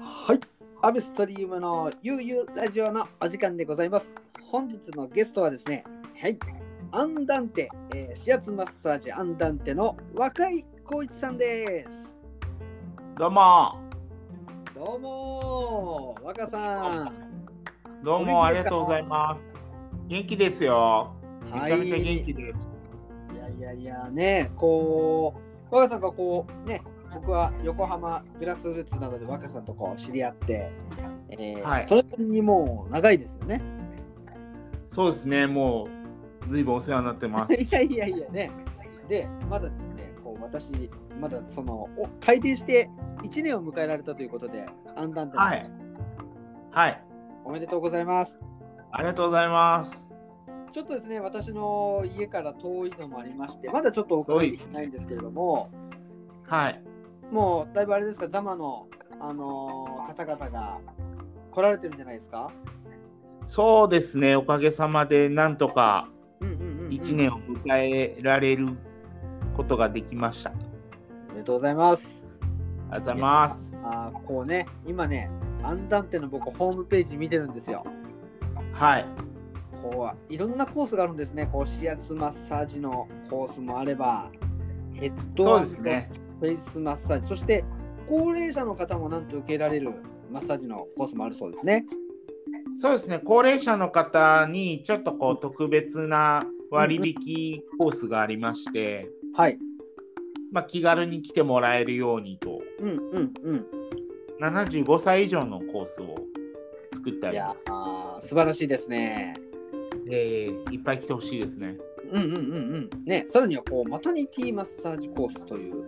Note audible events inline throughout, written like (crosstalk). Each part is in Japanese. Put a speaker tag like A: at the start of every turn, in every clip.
A: はい、アベストリームのゆうゆうラジオのお時間でございます。本日のゲストはですね、はい、アンダンテ、えー、指圧マッサージアンダンテの若井光一さんです。
B: どうも、
A: どうもー、若さん。
B: ど
A: お
B: う
A: 元気ですか
B: もありがとうございます。元気ですよ。めちゃめちゃ元気
A: い
B: です。
A: やいやいや、ね、こう、若さんがこう、ね、僕は横浜グラスルーツなどで若さんとこう知り合って、えー
B: はい
A: それにもう長いですよね。
B: そうですね、もうずいぶんお世話になってま
A: (laughs)
B: す。
A: いやいやいやね。で、まだですね、こう私、まだその、お開店して1年を迎えられたということで、アンダンテの、
B: はい。はい、
A: おめでとうございます。
B: ありがとうございます。
A: ちょっとですね、私の家から遠いのもありまして、まだちょっとお伺いできてないんですけれども、
B: はい。
A: もうだいぶあれですか、ザマの、あのー方々が来られてるんじゃないですか。
B: そうですね、おかげさまでなんとか
A: うんうんうん、
B: 1年を。迎えられることができました。あり
A: おめでとうございます。
B: がとうございます。
A: あーこうね、今ね、アンダンテの僕、ホームページ見てるんですよ。
B: はい。
A: こういろんなコースがあるんですね。こう指圧マッサージのコースもあれば、ヘッド
B: そ
A: ワー
B: うで
A: ク
B: す
A: と
B: ね。
A: フェイスマッサージ、そして高齢者の方もなんと受けられるマッサージのコースもあるそうですね。
B: そうですね、高齢者の方にちょっとこう特別な割引コースがありまして。
A: はい。
B: まあ、気軽に来てもらえるようにと
A: うんうんうん。
B: 75歳以上のコースを作ってあ
A: い
B: りま
A: や
B: す、
A: あー素晴らしいですね。
B: えーいっぱい来てほしいですね
A: うんうんうんうん。ね、さらにはこうマタニティマッサージコースという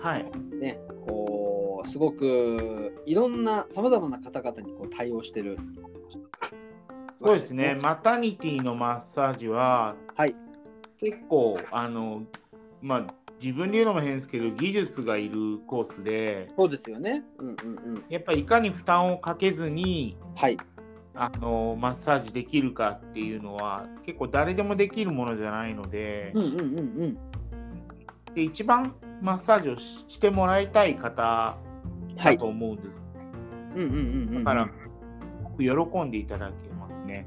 B: はい
A: ね、こうすごくいろんなさまざまな方々にこう対応してる。
B: そうですね。マタニティのマッサージは、
A: はい
B: 結構あのまあ自分で言うのも変ですけど技術がいるコースで
A: そうですよね。うんうんうん。
B: やっぱりいかに負担をかけずに
A: はい。
B: あのマッサージできるかっていうのは結構誰でもできるものじゃないので,、
A: うんうんうんうん。
B: で一番マッサージをししてもらいたい方
A: は
B: だ
A: い。
B: と思うんです
A: うんうんうんうん。
B: だから、喜んでいただけますね。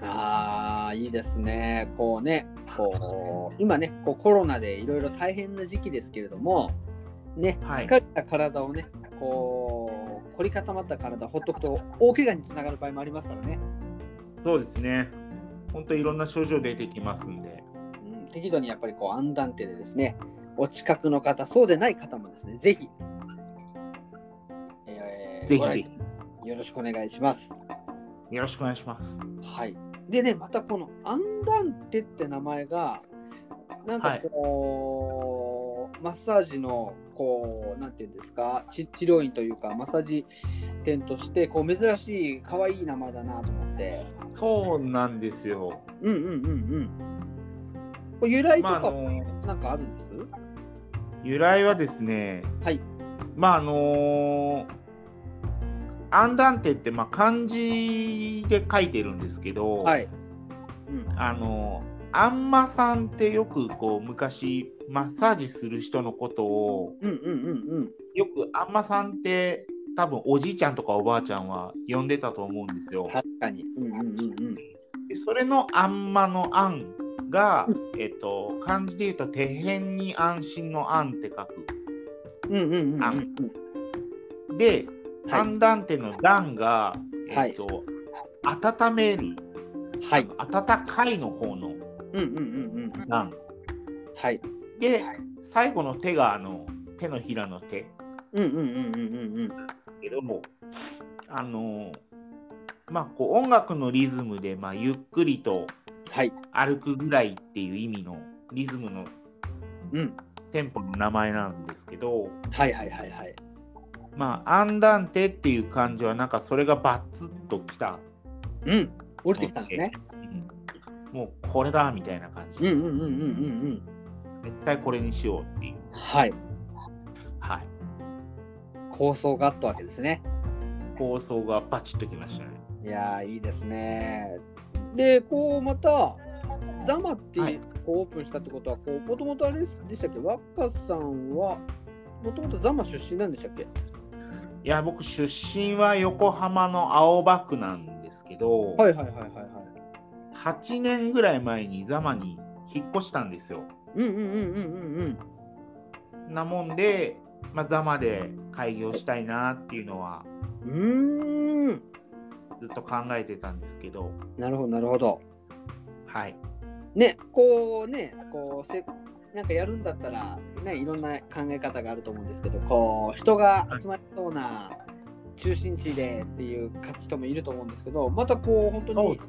A: ああ、いいですね。こうね、こう、今ね、こうコロナでいろいろ大変な時期ですけれども、ね、
B: はい
A: 疲れた体をね、こう、凝り固まった体をほっとくと大怪我につながる場合もありますからね。
B: そうですね。本当いろんな症状出てきますんで。
A: うん、適度にやっぱりこう、アンダンテでですね、お近くの方、そうでない方もですね、ぜひ、え
B: ぜひ
A: ご来店よろしくお願いします。
B: よろしくお願いします。
A: はい、でねまたこの「アンダンテ」って名前がなんかこう、マッサージのこうなんていうんですか治治療院というかマッサージ店としてこう珍しい可愛い名前だなと思って
B: そうなんですよ。
A: うんうんうんうんこれ由来と
B: まあ、あ
A: か
B: の、
A: なんかあるんです、
B: 由来はですね、
A: はい
B: まあ、あのアンダンテって、まあ、漢字で書いてるんですけど、
A: はい、うん、
B: あのあんまさんってよくこう昔マッサージする人のことを
A: うんうんうんうん
B: よくあんまさんって多分おじいちゃんとかおばあちゃんは呼んでたと思うんですよ。
A: 確かにうんうんうんうん
B: でそれのあんまのあんが、えっと、漢字で言うと手辺に安心のあんって書く。
A: うんうんうん
B: あ
A: うん
B: で、
A: は
B: 判断手の段が、
A: はい
B: えっと、温める、
A: いはい
B: 温かいの方の
A: うんうんうんうん
B: 段。
A: はい
B: で、最後の手があの手のひらの手。
A: うんうんうんうんうんうん
B: けどもあのまあこう音楽のリズムで、まあ、ゆっくりと
A: はい
B: 歩くぐらいっていう意味のリズムの
A: うん
B: テンポの名前なんですけど
A: はいはいはいはい
B: まあ、アンダンテっていう漢字は、なんかそれがバツッときた。
A: うん。降りてきたんですね。
B: うんもうこれだみたいな感じ。
A: うんうんうん
B: 絶
A: うんうん
B: 対これにしようっていう。
A: うん。はい。
B: はい。
A: 構想があったわけですね。
B: 構想がバチッときましたね。
A: いやー、いいですね。で、こう、また、ザマって
B: はい
A: こうオープンしたってことは、こう、もともとあれでしたっけ、若さんは、もともとザマ出身なんでしたっけ
B: いや、僕、出身は横浜の青葉区なんですけど、
A: はいはいはいはいはい。
B: 8年ぐらい前にザマに引っ越したんですよ。
A: うんうんうんうんうんうん。
B: なもんで、まあ、ザマで開業したいなっていうのは
A: うーん
B: ずっと考えてたんですけど、
A: なるほどなるほど。
B: はい。
A: ねこうねこうせなんかやるんだったら、ね、いろんな考え方があると思うんですけどこう人が集まりそうな中心地でっていう人もいると思うんですけどまたこう本当
B: そう
A: に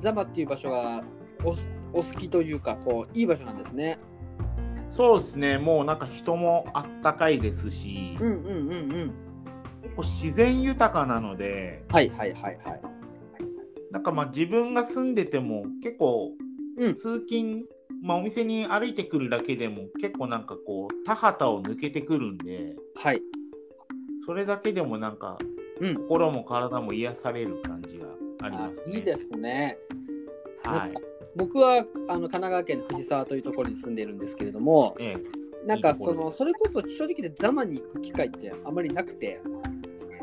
A: ザマっていう場所がおすお好きというかこういい場所なんですね。
B: そうですね、もうなんか人もあったかいですし、
A: うんうんうんうん。
B: 結構自然豊かなので、
A: はいはいはいはい。
B: なんかまあ自分が住んでても結構
A: うん
B: 通勤、まあ、お店に歩いてくるだけでも結構なんかこう田畑を抜けてくるんで
A: はい。
B: それだけでもなんか
A: うん
B: 心も体も癒される感じがあり
A: あ
B: ますね。
A: いいですね。
B: はい。
A: 僕はあの神奈川県の藤沢というところに住んでいるんですけれども、
B: ええ
A: なんか
B: いいとこ
A: そ
B: ろ
A: のそれこそ正直でザマに行く機会ってあまりなくて、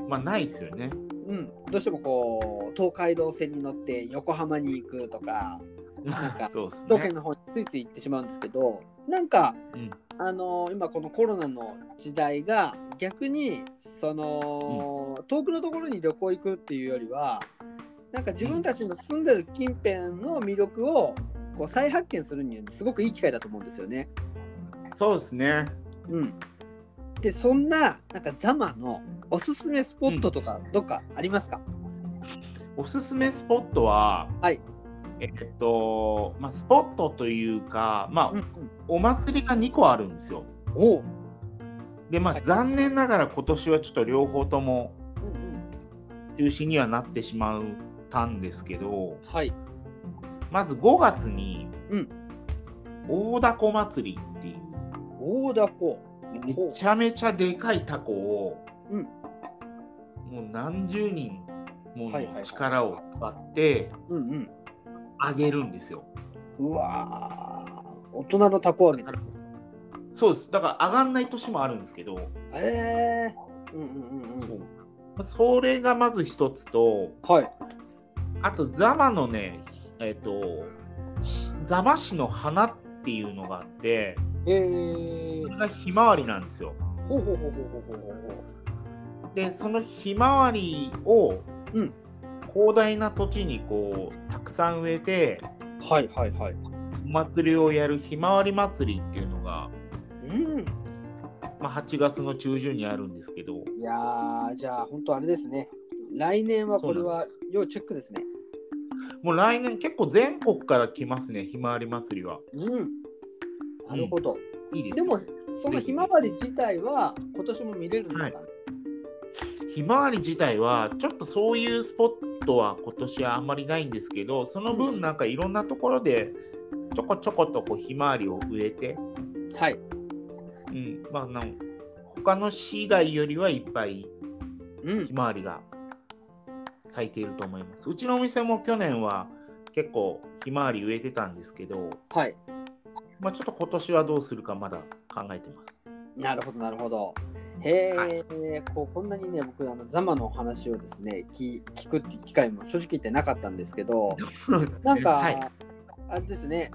B: まあないですよね。
A: うん、どうしてもこう東海道線に乗って横浜に行くとかなんか
B: そうです
A: 首都圏
B: ね。
A: の方についつい行ってしまうんですけどなんか、
B: うん
A: あの今このコロナの時代が逆にその、遠くのところに旅行行くっていうよりはなんか自分たちの住んでる近辺の魅力をこう再発見するにはすごくいい機会だと思うんですよね。
B: そうですね。
A: うん、でそんななんかザマのおすすめスポットとかどっかありますか、
B: おすすめスポットは、
A: はい
B: えっと、まあ、スポットというか、ま
A: うんう
B: あ、
A: ん、
B: お祭りが2個あるんですよ。
A: おう
B: で、ま
A: は
B: あ、
A: い
B: 残念ながら今年はちょっと両方とも
A: うんうん、
B: 中止にはなってしまったんですけど、
A: はい
B: まず5月に、
A: うん
B: 大凧祭りっていう、
A: 大凧
B: めちゃめちゃでかいタコを、
A: うん
B: もう何十人も
A: はいはいは
B: の
A: い
B: 力を使って
A: うんうん
B: あげるんですよ。
A: うわー大人のタコ揚げですね
B: そうです。だから上がんない年もあるんですけど、
A: えー、うんうんうん
B: そううんまあそれがまず一つと、
A: はい
B: あとザマのね、えっ、と、しザマ市の花っていうのがあって、
A: えー
B: それ、がひまわりなんですよ。
A: ほうほうほうほうほうほうほう
B: で、そのひまわりを、
A: うん
B: 広大な土地にこうたくさん植えて
A: はいはいはい
B: お祭りをやるひまわり祭りっていうのが、
A: うん
B: まあ、8月の中旬にあるんですけど
A: いやーじゃあ本当あれですね来年はこれは要チェックですね
B: もう来年結構全国から来ますねひまわり祭りは
A: うんなるほど、
B: いいです
A: で
B: よ
A: もそのひまわり自体は今年も見れるんですかね、
B: ひまわり自体はちょっとそういうスポットは今年はあんまりないんですけどその分なんかいろんなところでちょこちょことこうひまわりを植えて、
A: はい
B: うんまあ、なん他の市以外よりはいっぱい
A: うん
B: ひまわりが咲いていると思いますうちのお店も去年は結構ひまわり植えてたんですけど、
A: はい
B: まあ、ちょっと今年はどうするかまだ考えてます
A: なるほどなるほど。へえ、
B: はい
A: こうこんなにね僕あのザマのお話をですね聞聞くって機会も正直言ってなかったんですけどなんか、
B: はい
A: あれですね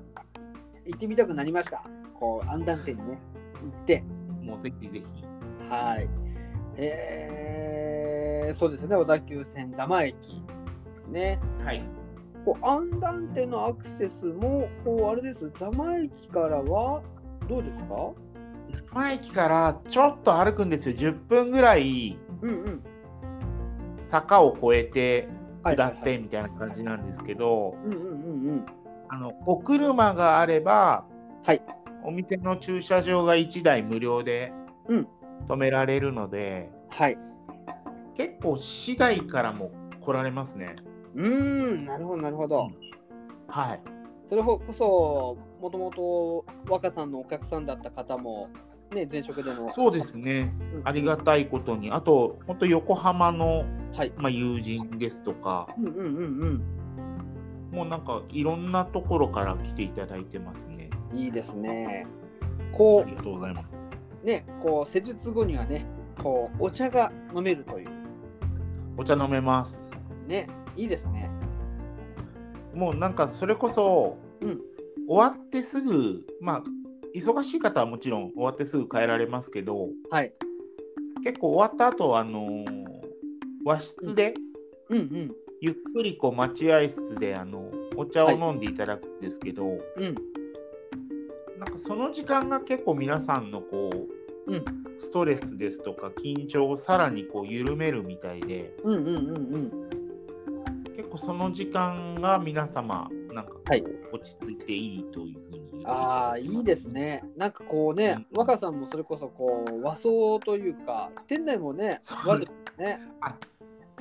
A: 行ってみたくなりましたこうアンダンテにね行って
B: もうぜひぜひ
A: はいへえそうですね小田急線ザマ駅ですね
B: はい
A: こうアンダンテのアクセスもこうあれですザマ駅からはどうですか
B: 前駅からちょっと歩くんですよ10分ぐらい
A: うんうん
B: 坂を越えて
A: はい
B: 下
A: はい
B: っ
A: はい
B: てみたいな感じなんですけど、
A: うんうんうんうん
B: あのお車があれば、
A: はい
B: お店の駐車場が1台無料で、
A: うん
B: 止められるので、
A: はい。
B: 結構市外からも来られますね。
A: うーん、なるほど、なるほど。
B: はい。
A: それこそ、もともと若さんのお客さんだった方も、ね、前職での。
B: そうですね。
A: うん
B: ありがたいことに、あと、本当横浜の、
A: はい。
B: まあ、友人ですとか、
A: うんうんうん
B: もうなんかいろんなところから来ていただいてますね。
A: うん。いいですね。
B: あ
A: こ
B: りがとうございます。
A: う、ね、こう、施術後にはね、こう、お茶が飲めるという。
B: お茶飲めます。
A: ね、いいですね。
B: もうなんかそれこそ、
A: うん
B: 終わってすぐ、まあ、忙しい方はもちろん終わってすぐ帰られますけど、
A: はい。
B: 結構終わった後、あのー和室で、
A: うんうん。
B: ゆっくりこう待合室であのお茶を飲んでいただくんですけど、
A: うん。
B: なんかその時間が結構皆さんのこう、
A: うん
B: ストレスですとか緊張をさらにこう緩めるみたいで
A: うんうんうんうん。
B: 結構その時間が皆様なんかこう、
A: はい
B: 落ち着いていいというふうに言っていた
A: ああ、
B: だ
A: い
B: てます
A: いですね。なんかこうね、
B: うん
A: 若さんもそれこそこう和装というか、店内もね、
B: そう
A: 悪くね。
B: あ
A: いやー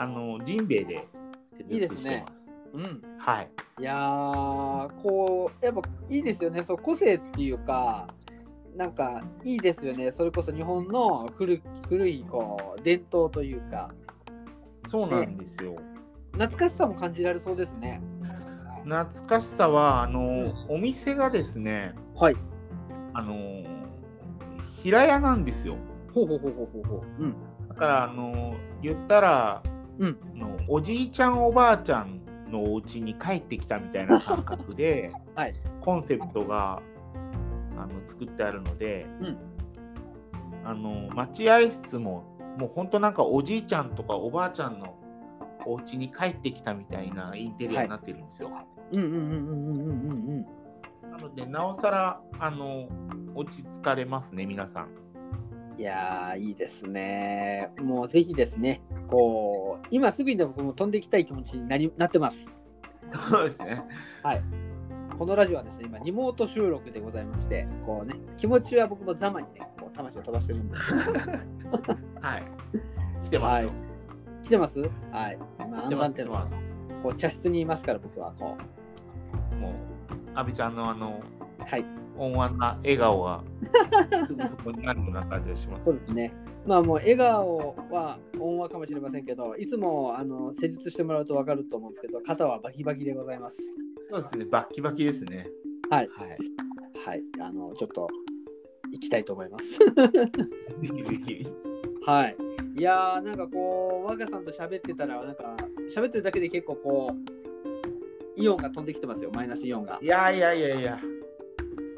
B: あ、のジンベエで
A: いいですね
B: してます
A: うん。
B: はい
A: いやー、こう、やっぱいいですよね。そう、個性っていうか、なんかいいですよね。それこそ日本の古き古いこう伝統というか、
B: そうなんですよ、
A: 懐かしさも感じられそうですね。
B: 懐かしさはあのお店がですね
A: はい。
B: あの平屋なんですよ
A: ほうほうほうほうほうほう。うん。
B: だからあの言ったら、
A: うん
B: のおじいちゃんおばあちゃんのお家に帰ってきたみたいな感覚 (laughs) で、
A: はい
B: コンセプトがあの作ってあるので、
A: うん
B: あの待合室ももう本当なんかおじいちゃんとかおばあちゃんのお家に帰ってきたみたいなインテリアになってるんですよ。
A: うんうんうんうんうんうんうんうん。
B: なのでなおさらあの落ち着かれますね皆さん。
A: いやーいいですね。もうぜひですね、こう、今すぐにでも僕も飛んでいきたい気持ちになりなってます。
B: そうですね。
A: このラジオはですね、今、リモート収録でございまして、こうね、気持ちは僕もざまにね、こう魂を飛ばしてるんですけど、 (laughs)
B: はい。 (laughs) 来てますよ。
A: はい来てますはい。今、アン
B: 来て
A: ダ
B: ま
A: ンテ
B: す来て
A: の
B: ます。
A: こう茶室にいますから、僕はこ
B: もう、阿部ちゃんのあの、
A: う、はい、
B: 温和な笑顔が、すぐそこにあるような感じがします
A: そう。ですね。まあもう、笑顔は温和かもしれませんけど、いつも、あの、施術してもらうと分かると思うんですけど、肩はバキバキでございます。
B: そうですね、バッキバキですね。
A: はい。
B: はい。
A: はい。あの、ちょっと、行きたいと思います。
B: ぜひぜひ。
A: はい。いやーなんかこう、若さんと喋ってたら、なんか、喋ってるだけで結構こう、イオンが飛んできてますよ、マイナスイオンが
B: い。やいやいやいや、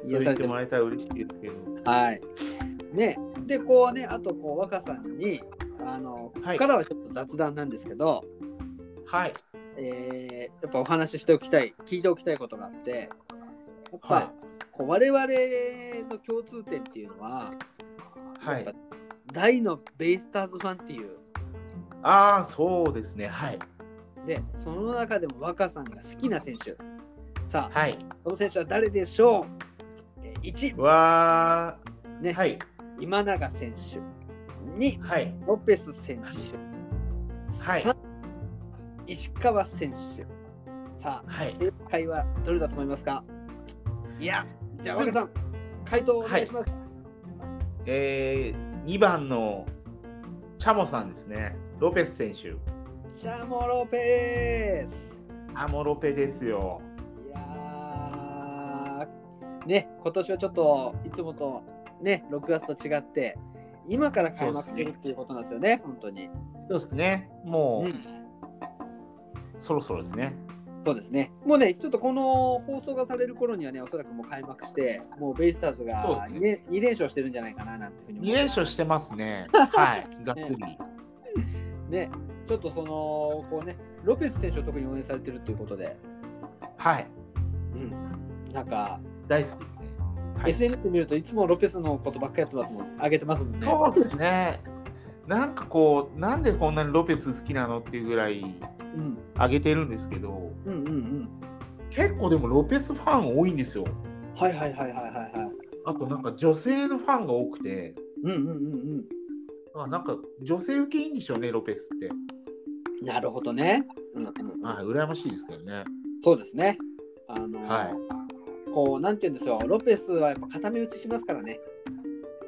B: そう
A: 癒さ
B: 言っ
A: れ
B: て
A: てま
B: もらえたら嬉しいですけど。
A: す。はい。ね、で、こうね、あとこう、若さんに、あの、
B: はい
A: ここからはちょっと雑談なんですけど、
B: はい。
A: えーやっぱお話ししておきたい、聞いておきたいことがあって、やっぱ、
B: は
A: こう我々の共通点っていうのは、
B: は
A: やっ
B: い
A: ぱ。大のベイスターズファンっていう、
B: ああ、そうですね。はい。
A: で、その中でも若さんが好きな選手。さあ、
B: はい。
A: この選手は誰でしょうえー ?1、
B: わ
A: ね
B: ー。はい。
A: 今永選手。2、
B: はい。
A: ロペス選手。
B: はい
A: 3、石川選手。さあ、
B: はい
A: 正解はどれだと思いますかいや、じゃあ若さん、回答をお願いします。
B: えー、2番のチャモさんですね。ロペス選手。
A: チャモロペース。
B: アモロペですよ。
A: いやーね、今年はちょっといつもとね、6月と違って、今から開幕するっていうことなんですよね、本当に。
B: そうですね。もう、
A: うん
B: そろそろですね。
A: そうですね。もうね、ちょっとこの放送がされる頃にはね、おそらくもう開幕して、もうベイスターズ
B: そうで
A: が
B: すね
A: 2, 連2連勝してるんじゃないかななんていうふうに思
B: 2
A: う
B: 連勝してます (laughs) ね。はい。がっつり。
A: ね、ちょっとその、こうね、ロペス選手を特に応援されてるっていうことで、
B: はい。
A: うん、なんか、
B: 大好きですね。はい
A: SNS 見るといつもロペスのことばっかりやってますもん、上げてますもんね。
B: そうですね。なんかこう、なんでこんなにロペス好きなのっていうぐらい
A: うん、
B: 上げてるんですけど、
A: うん、うん、うん。
B: 結構でもロペスファン多いんですよ。
A: はいはいはいはいはいはい。
B: あとなんか女性のファンが多くて、
A: うんうんうん
B: あなんか女性受けいいんでしょうね、ロペスって。
A: うん。なるほどね。うんうんうん
B: はい、羨ましいですけどね。
A: そうですね。あの、
B: はい
A: こう、なんて言うんでしょう、ロペスはやっぱ固め打ちしますからね。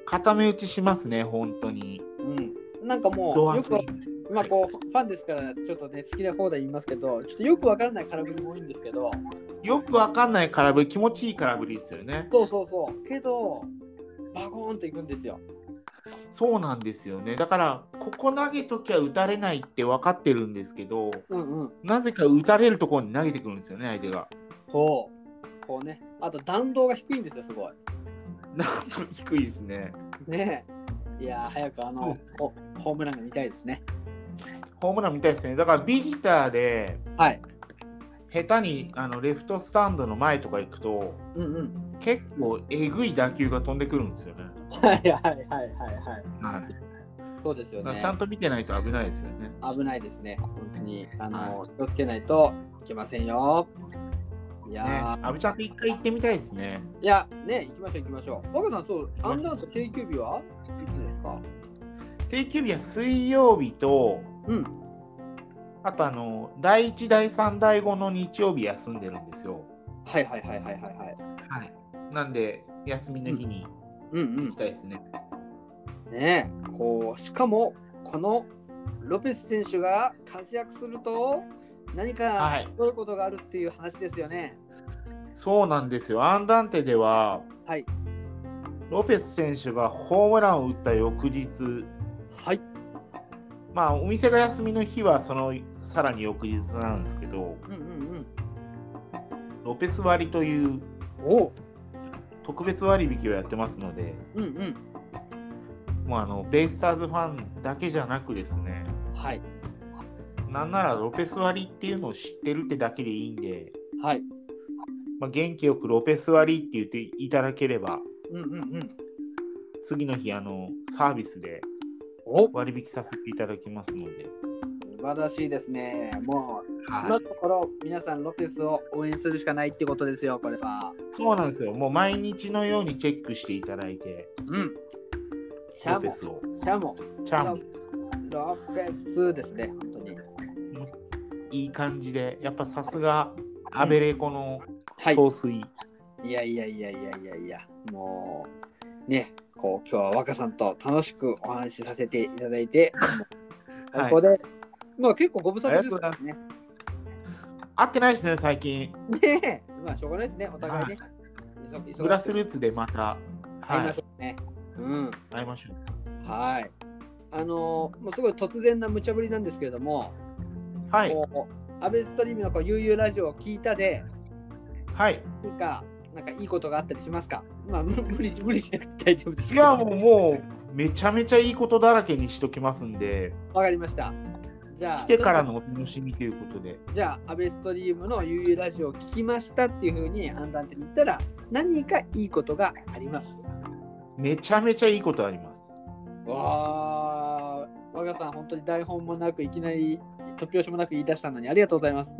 B: 固め打ちしますね、本当に。
A: うん。なんかも
B: ド
A: う、
B: ア
A: よ
B: ス
A: く、まあこう、ファンですから、ちょっとね、好きな方で言いますけど、ちょっとよくわからない空振りも多いんですけど、
B: よくわかんない空振り、気持ちいい空振りですよね。
A: そうそうそう。けど、バコーンといくんですよ。
B: そうなんですよね。だから、ここ投げときゃ打たれないって分かってるんですけど、
A: うんうん。
B: なぜか打たれるところに投げてくるんですよね、相手が。
A: そう。こうね。あと弾道が低いんですよ、すごい。
B: なんと低いですね。
A: ねえ。いやー、早くあの、おホームランが見たいですね。
B: ホームランみたいですね。だから、ビジターで、
A: はい。
B: 下手にあのレフトスタンドの前とか行くと、
A: うんうん。
B: 結構えぐい打球が飛んでくるんですよね。
A: はいはいはいはいはい。
B: はい、
A: そうですよ
B: だから
A: ね
B: ち。ゃんと見てないと危ないですよね。
A: 危ないですね。本当に、あの、気をつけないといけませんよ。いやー
B: ね、阿部ちゃんと一回行ってみたいですね。
A: いや、ね、行きましょう行きましょう。若さん、そう、アンダーと定休日はいつですか
B: 定休日は水曜日と、
A: うん。
B: あとあの、第1、第3、第5の日曜日休んでるんですよ。
A: はいはいはいはいはいはい。
B: はい。なんで、休みの日に
A: うんう
B: 行
A: ん
B: き。たいですね。
A: ねえこうしかもこのロペス選手が活躍すると何
B: は
A: か
B: い
A: すごいことがあるっていう話ですよね。
B: そうなんですよ。アンダンテでは、
A: はい
B: ロペス選手がホームランを打った翌日、
A: はい、
B: まあ、お店が休みの日は、そのさらに翌日なんですけど、
A: うんうん
B: ロペス割という
A: うん。おう
B: 特別割引をやってますので、
A: うんうん。
B: もうあのベイスターズファンだけじゃなくですね、
A: はい
B: なんならロペス割っていうのを知ってるってだけでいいんで、
A: はい。
B: まあ、元気よくロペス割って言っていただければ、
A: うんうんうん。
B: 次の日、あのサービスで
A: お
B: 割引させていただきますので、
A: 素晴らしいですね。もう、そ
B: は
A: の
B: い、
A: ところ、皆さんロペスを応援するしかないってことですよ、これは。
B: そうなんですよ、もう毎日のようにチェックしていただいて、
A: うん。シャ
B: ロ
A: モ、
B: ペ
A: シ
B: スを、
A: ャモ、
B: チャーム、
A: ロペスですね、本当に。
B: いい感じで、やっぱさすが、アベレコの
A: はい。
B: 総帥、
A: いやいやいやいやいやいや、もう、ね、こう、今日は若さんと楽しくお話しさせていただいて、
B: は
A: 最
B: い
A: 高です。まあ結構ご無沙汰ですからね。
B: 合ってないですね、最近、
A: ねえまあしょうがないですね、お互いね。忙忙しく
B: グラスルーツでまた、
A: 会い
B: は
A: ま
B: い
A: し、ょうね。うん。
B: 会いましょ
A: はい。あのーもうすごい突然な無茶ぶりなんですけれども、
B: う。はい、
A: こう、アベストリームのこう、悠々ラジオを聞いたで、
B: はい。
A: なんか、なんかいいことがあったりしますかまあ、無無理、無理しなくて大丈夫です
B: い
A: けど
B: やもうもうめちゃめちゃいいことだらけにしときますんで
A: わかりました。じゃあ、
B: 来てからのお楽しみということで
A: じゃあ、アベストリームの UU ラジオを聞きましたっていうふうに判断って言ったら、何かいいことがあります。
B: めちゃめちゃいいことあります
A: わあ、我がさん、本当に台本もなく、いきなり突拍子もなく言い出したのにありがとうございます。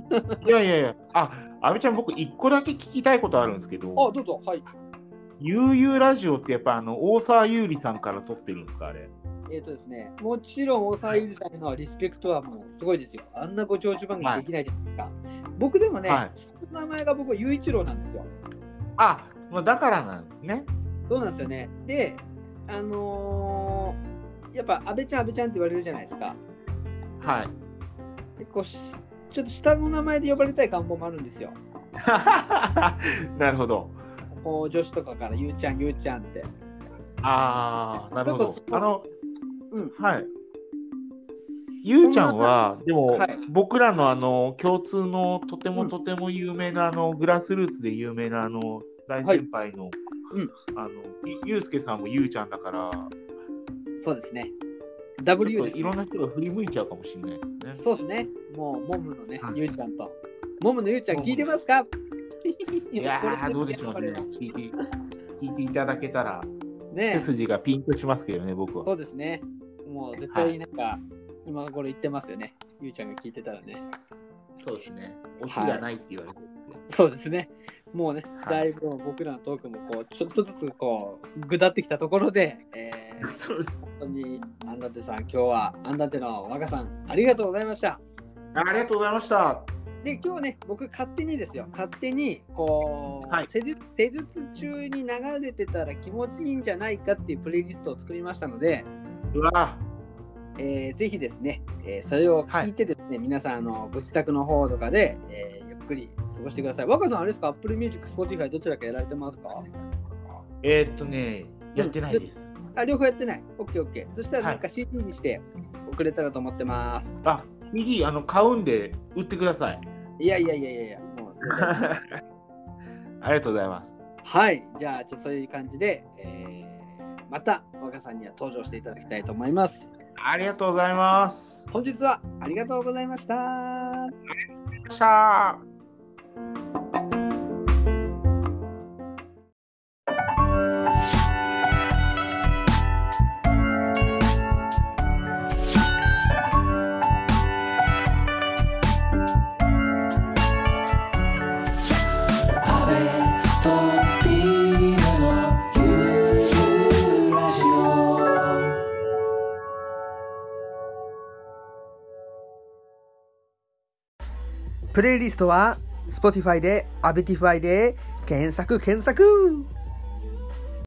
A: あ、
B: いやいやいやあ阿部ちゃん僕一個だけ聞きたいことあるんですけど
A: どうぞ。はい。
B: 「ゆうゆうラジオ」ってやっぱあの大沢優里さんから撮ってるんですかあれ
A: えっ、とですね、もちろん大沢ゆりさんへのリスペクトはもうすごいですよ。あんなご長寿番組できないじゃないですか。僕でもね、
B: はい
A: 下の名前が僕、雄一郎なんですよ。
B: あまあだからなんですね
A: そうなんですよね。で、あのーやっぱ、安倍ちゃん、安倍ちゃんって言われるじゃないですか。
B: はい
A: でこうしちょっと下の名前で呼ばれたい願望もあるんですよ。
B: (laughs) なるほど
A: こう女子とかから、ゆうちゃん、ゆうちゃんって。
B: ああなるほ
A: なん
B: ど
A: かそう
B: あの
A: うん
B: はいゆうちゃんは、でも、
A: はい
B: 僕らのあの共通のとて
A: う
B: も
A: ん
B: とても有名な、あのグラスルーツで有名なあの大先輩の、
A: うん
B: あのいゆうすけさんもゆうちゃんだから、
A: そうですね。
B: ち
A: W
B: ょっ
A: で
B: と
A: す
B: い
A: ね
B: ろんな人が振り向いちゃうかもしれないですね。
A: そうですね。もう、モムのね
B: は、い
A: ゆうちゃんと。モムのゆうちゃん、聞いてますかい
B: いや
A: これ
B: ー、どうでしょうね。
A: (laughs)
B: 聞いて聞いていただけたら、背
A: ね
B: 筋がピンとしますけどね、僕は。
A: そうですね。もう絶対になんか、今頃言ってますよね。ゆうちゃんが聞いてたらね。
B: そうですね。オチがないって言われてるんですけ
A: そうですね。もうね、
B: はい
A: だいぶもう僕らのトークもこうちょっとずつこう下ってきたところで、えー
B: そうです
A: 本当にアンダンテさん、今日はアンダンテの若さん、ありがとうございました。
B: ありがとうございました。
A: で、今日ね、僕、勝手にですよ、勝手にこう、
B: はい
A: 施術施術中に流れてたら気持ちいいんじゃないかっていうプレイリストを作りましたので、
B: うわ、
A: えーぜひですね、えーそれを聞いてですね、皆さんあのご自宅の方とかで、えーゆっくり過ごしてください。若さん、あれですか、Apple Music、Spotify どちらかやられてますか
B: えーっとね、やってないです。
A: あ、両方やってない。OK、OK。そしたらなん
B: は
A: か CD にして送れたらと思ってます。
B: あ、右、あの、買うんで、売ってください。
A: い、やいやいやいやいや、もう。 (laughs)
B: ありがとうございます。
A: はい、じゃあ、ちょっとそういう感じで、えーまた若さんには登場していただきたいと思います。
B: ありがとうございます。
A: 本日はありがとうございました。
B: よっしゃー
C: アベストビームのゆるラジオ
D: プレイリストは Spotify で Abetify で検索検索